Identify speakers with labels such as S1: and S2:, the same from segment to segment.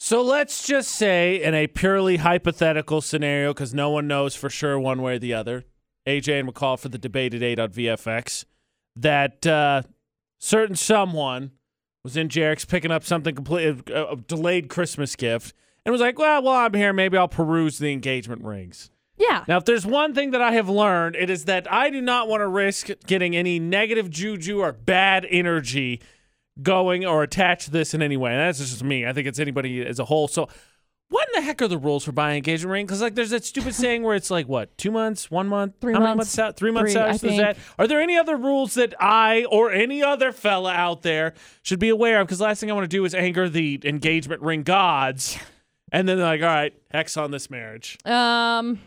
S1: So let's just say, in a purely hypothetical scenario, because no one knows for sure one way or the other, AJ and McCall for the debate at 8 on VFX, that uh, certain someone was in Jarek's picking up something complete, a, a delayed Christmas gift, and was like, well, while I'm here, maybe I'll peruse the engagement rings.
S2: Yeah.
S1: Now, if there's one thing that I have learned, it is that I do not want to risk getting any negative juju or bad energy going or attached to this in any way. And that's just me. I think it's anybody as a whole. So, what in the heck are the rules for buying engagement ring? Because like, there's that stupid saying where it's like, what, two months, one month,
S2: Three
S1: how many
S2: months.
S1: months out, three months
S2: Three,
S1: out?
S2: I
S1: is that? Are there any other rules that I or any other fella out there should be aware of? Because last thing I want to do is anger the engagement ring gods, and then they're like, all right, hex on this marriage.
S2: Um,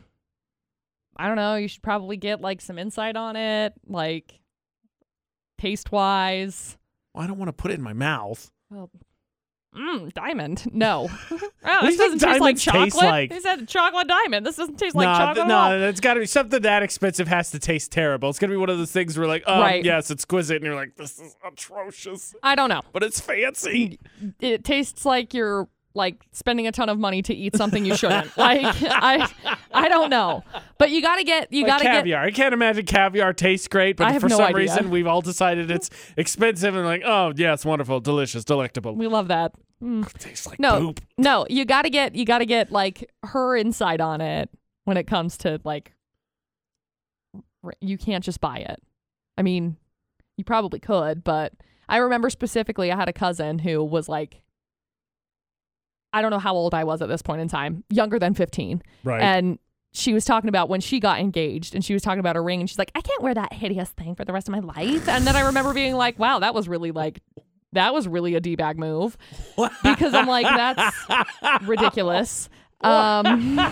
S2: I don't know. You should probably get like some insight on it, like taste wise.
S1: Well, I don't want to put it in my mouth.
S2: Well, mmm, diamond. No. oh,
S1: do
S2: this
S1: you think
S2: doesn't taste like
S1: diamonds
S2: chocolate.
S1: taste like?
S2: They said chocolate diamond. This doesn't taste like
S1: no,
S2: chocolate.
S1: th-
S2: at all.
S1: no, it's got to be something that expensive has to taste terrible. It's gonna be one of those things where like, oh
S2: Right.
S1: yes, exquisite, and you're like, this is atrocious,
S2: I don't know.
S1: but it's fancy.
S2: It tastes like you're like spending a ton of money to eat something you shouldn't. like I I don't know. But you got to get you
S1: Like
S2: got to get
S1: caviar. I can't imagine caviar tastes great, but
S2: I have
S1: for
S2: no
S1: some
S2: idea.
S1: reason we've all decided it's expensive and like, oh yes, wonderful, delicious, delectable.
S2: We love that. Mm.
S1: It tastes like
S2: No.
S1: poop.
S2: No, you got to get you got to get like her insight on it when it comes to like r- you can't just buy it. I mean, you probably could, but I remember specifically I had a cousin who was like I don't know how old I was at this point in time, younger than 15.
S1: Right.
S2: And she was talking about when she got engaged and she was talking about her ring and she's like, I can't wear that hideous thing for the rest of my life. And then I remember being like, wow, that was really like, that was really a D bag move. Because I'm like, that's ridiculous. Um, but-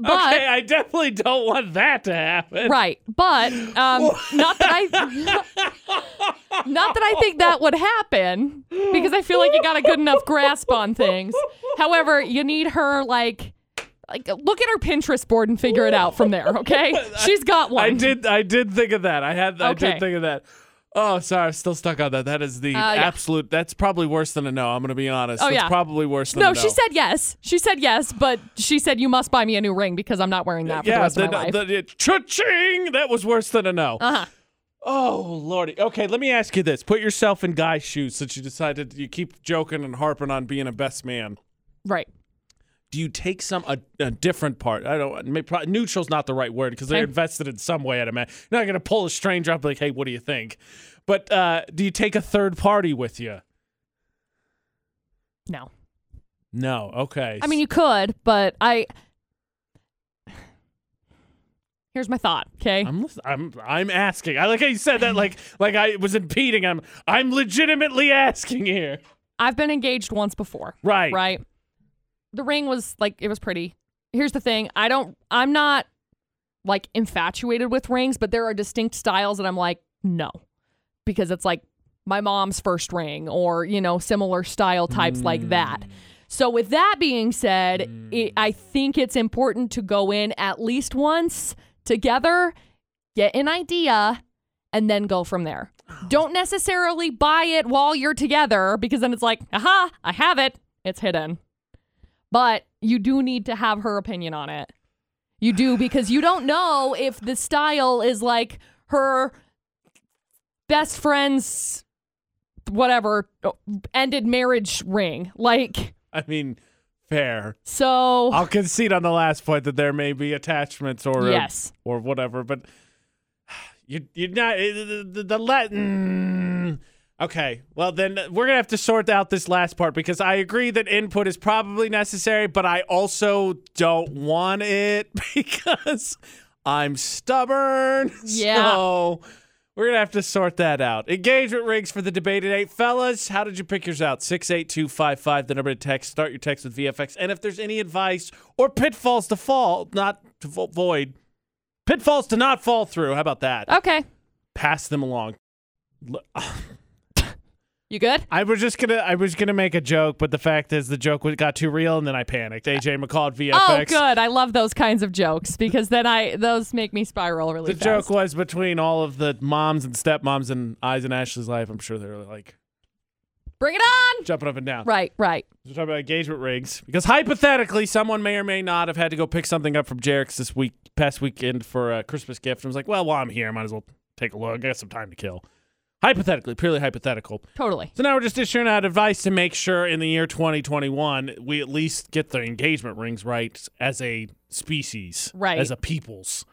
S1: okay, I definitely don't want that to happen.
S2: right. But um, not that I. Not that I think that would happen because I feel like you got a good enough grasp on things. However, you need her like like look at her Pinterest board and figure it out from there, okay? She's got one.
S1: I did. I did think of that. I had. I did
S2: Okay. Uh,
S1: think of that. Oh, sorry. I'm still stuck on that. That is the
S2: yeah.
S1: absolute. That's probably worse than a no. I'm going to be honest.
S2: Oh,
S1: That's
S2: yeah.
S1: probably worse than
S2: No,
S1: a no.
S2: she said yes. She said yes, but she said you must buy me a new ring because I'm not wearing that for the
S1: Yeah,
S2: rest
S1: the,
S2: of my life.
S1: the, the cha-ching. That was worse than a no.
S2: Uh-huh.
S1: Oh lordy. Okay, let me ask you this. Put yourself in guy's shoes since you decided you keep joking and harping on being a best man.
S2: right.
S1: do you take some a, a different part? I don't. Maybe, pro- neutral's not the right word because they're
S2: Okay.
S1: invested in some way. I'd imagine. You're not going to pull a stranger up like, "Hey, what do you think?" But uh, do you take a third party with you?
S2: No.
S1: No. Okay.
S2: I mean, you could, but I Here's my thought, okay?
S1: I'm lis- I'm I'm asking. I like how you said that. Like like I was impeding. I'm I'm legitimately asking here.
S2: I've been engaged once before.
S1: Right.
S2: Right. The ring was like it was pretty. Here's the thing, I don't I'm not like infatuated with rings, but there are distinct styles that I'm like, no. Because it's like my mom's first ring or, you know, similar style types like that. So with that being said, it, I think it's important to go in at least once together, get an idea and then go from there. Don't necessarily buy it while you're together because then it's like, aha, I have it. It's hidden. But you do need to have her opinion on it. You do because you don't know if the style is like her best friend's whatever ended marriage ring. Like,
S1: I mean, fair.
S2: so
S1: I'll concede on the last point that there may be attachments or
S2: Yes.
S1: or whatever, but you you're not eh, the the, the Latin. Okay, well then uh, we're gonna have to sort out this last part because I agree that input is probably necessary, but I also don't want it because I'm stubborn.
S2: Yeah.
S1: So we're gonna have to sort that out. Engagement rings for the debate today, fellas. How did you pick yours out? Six eight two five five. The number to text. Start your text with VFX. And if there's any advice or pitfalls to fall, not to vo- void, pitfalls to not fall through. How about that?
S2: okay.
S1: Pass them along. L-
S2: You good?
S1: I was just gonna, I was gonna make a joke, but the fact is, the joke was- got too real, and then I panicked. AJ McCall at
S2: Oh,
S1: VFX.
S2: good. I love those kinds of jokes because then I those make me spiral really
S1: The
S2: fast.
S1: joke was between all of the moms and stepmoms in Eyes and Ashley's life. I'm sure they're like,
S2: Bring it on.
S1: Jumping up and down.
S2: Right, right.
S1: We're talking about engagement rings because hypothetically, someone may or may not have had to go pick something up from Jarek's this week, past weekend for a Christmas gift. And was like, well, while I'm here, I might as well take a look. I got some time to kill. Hypothetically, purely hypothetical.
S2: Totally.
S1: So now we're just issuing out advice to make sure in the year 2021 we at least get the engagement rings right as a species,
S2: Right.
S1: As a peoples.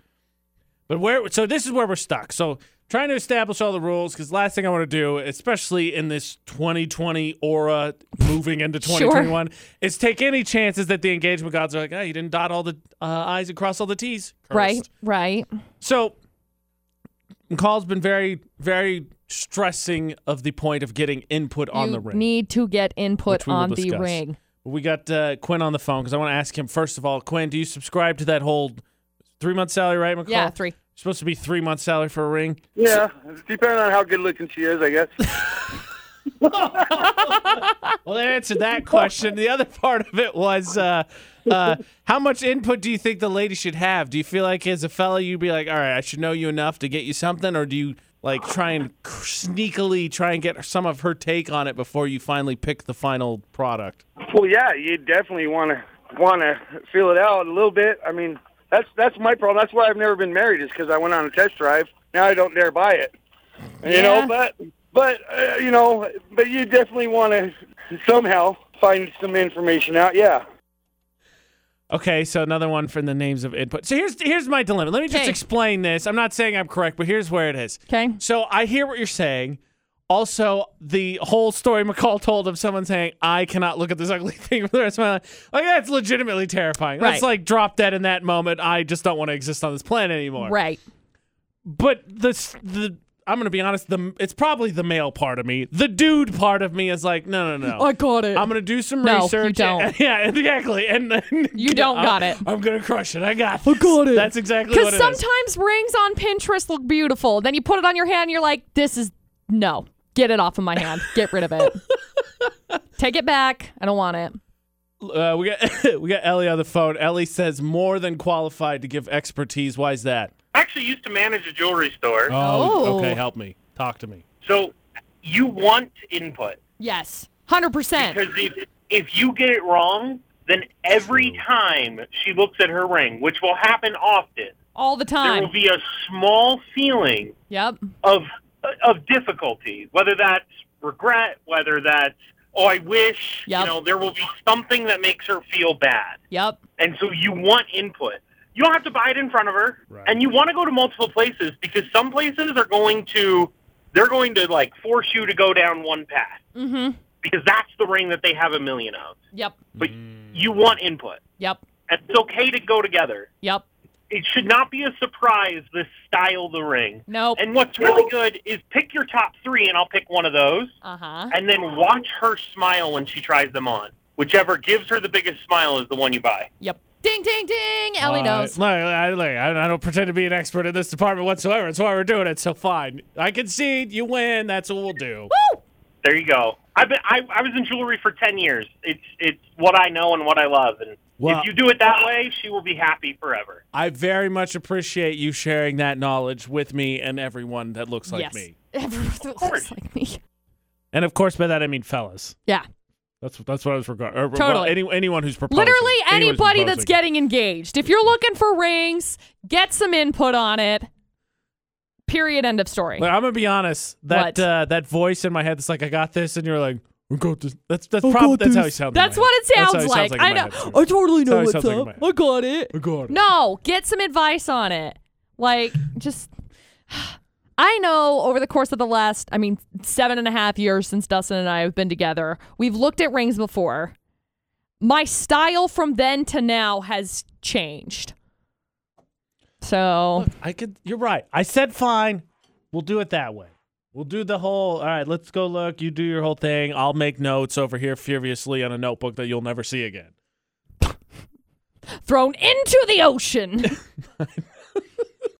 S1: But where? So this is where we're stuck. So trying to establish all the rules because last thing I want to do, especially in this 2020 aura moving into
S2: Sure.
S1: 2021, is take any chances that the engagement gods are like, "Hey, you didn't dot all the uh, I's and cross all the T's." Cursed.
S2: Right, right.
S1: So, McCall's been very, very stressing of the point of getting input on
S2: you
S1: the ring.
S2: need to get
S1: Which
S2: input
S1: we will
S2: on the
S1: discuss.
S2: ring.
S1: we got uh, Quinn on the phone because I want to ask him first of all, Quinn, do you subscribe to that whole three month salary, right, McCall?
S2: Yeah, three.
S1: Supposed to be three month salary for a ring.
S3: Yeah, depending on how good looking she is, I guess.
S1: Well, that answered that question. The other part of it was uh, uh, how much input do you think the lady should have? Do you feel like as a fella you'd be like, all right, I should know you enough to get you something, or do you like try and cr- sneakily try and get some of her take on it before you finally pick the final product?
S3: Well, yeah, you definitely want to want to feel it out a little bit. I mean, that's that's my problem. That's why I've never been married is because I went on a test drive. Now I don't dare buy it. You
S2: Yeah.
S3: know, but but uh, you know, but you definitely want to somehow find some information out. Yeah.
S1: Okay, so another one from the names of input. So here's here's my dilemma. Let me just
S2: Okay.
S1: explain this. I'm not saying I'm correct, but here's where it is.
S2: Okay.
S1: So I hear what you're saying. Also, the whole story McCall told of someone saying, I cannot look at this ugly thing for the rest of my life. Like, that's legitimately terrifying. That's
S2: Right.
S1: like drop dead in that moment. I just don't want to exist on this planet anymore.
S2: Right.
S1: But this, the, I'm going to be honest, the it's probably the male part of me. The dude part of me is like, no, no, no.
S2: I got it.
S1: I'm gonna do some
S2: No, you
S1: research.
S2: don't.
S1: Yeah, exactly. And then-
S2: You don't
S1: I'm-
S2: got it.
S1: I'm gonna crush it. I got. This.
S2: got it.
S1: That's exactly what
S2: Because
S1: it is.
S2: sometimes rings on Pinterest look beautiful. Then you put it on your hand and you're like, this is no. Get it off of my hand. Get rid of it. Take it back. I don't want it.
S1: Uh, we got we got Ellie on the phone. Ellie says more than qualified to give expertise. Why is that?
S4: I actually used to manage a jewelry store.
S2: Oh.
S1: okay. Help me. Talk to me.
S4: So you want input
S2: Yes. 100%.
S4: because if, if you get it wrong, then every
S1: True.
S4: time she looks at her ring, which will happen often,
S2: All the
S4: there will
S2: time.
S4: be a small feeling
S2: Yep.
S4: of of difficulty, whether that's regret, whether that's oh I wish,
S2: Yep.
S4: you know, there will be something that makes her feel bad.
S2: Yep.
S4: And so you want input. You don't have to buy it in front of her.
S1: Right.
S4: And you want to go to multiple places because some places are going to they're going to like force you to go down one path
S2: Mm hmm.
S4: because that's the ring that they have a million of.
S2: Yep.
S4: But you want input.
S2: Yep.
S4: And It's okay to go together.
S2: Yep.
S4: It should not be a surprise the style of the ring.
S2: Nope.
S4: And what's really good is pick your top 3 and I'll pick one of those
S2: Uh huh.
S4: and then watch her smile when she tries them on. Whichever gives her the biggest smile is the one you buy.
S2: Yep. Ding, ding, ding. Ellie
S1: Uh,
S2: knows.
S1: look, I, look, I I don't pretend to be an expert in this department whatsoever. That's why we're doing it. So fine. I concede. You win. That's what we'll do.
S4: There you go. I've been, I, I was in jewelry for 10 years. It's, it's what I know and what I love. And
S1: Wow.
S4: if you do it that way, she will be happy forever.
S1: I very much appreciate you sharing that knowledge with me and everyone that looks like
S2: yes.
S1: me.
S2: Everyone that looks
S4: course.
S2: like me.
S1: And of course, by that I mean fellas.
S2: Yeah.
S1: That's that's what I was regarding. Totally.
S2: Totally.
S1: any, anyone who's proposing.
S2: Literally
S1: Anyone who's
S2: anybody
S1: proposing.
S2: that's getting engaged. If you're looking for rings, get some input on it. Period. End of story.
S1: But I'm gonna be honest. That
S2: What?
S1: uh, that voice in my head that's like, I got this, and you're like, I got this. That's that's probably that's how he sounds. in
S2: That's
S1: my
S2: what
S1: head.
S2: it sounds,
S1: That's how
S2: like.
S1: he sounds
S2: I
S1: in my
S2: know.
S1: head.
S2: I totally
S1: That's
S2: know
S1: how
S2: what's
S1: it sounds like in
S2: up.
S1: my
S2: I got it.
S1: I got it.
S2: No, get some advice on it. Like, just. I know over the course of the last, I mean, seven and a half years since Dustin and I have been together, we've looked at rings before. My style from then to now has changed. So,
S1: I could. You're right. I said fine. We'll do it that way. We'll do the whole. All right, let's go look. You do your whole thing. I'll make notes over here furiously on a notebook that you'll never see again.
S2: thrown into the ocean.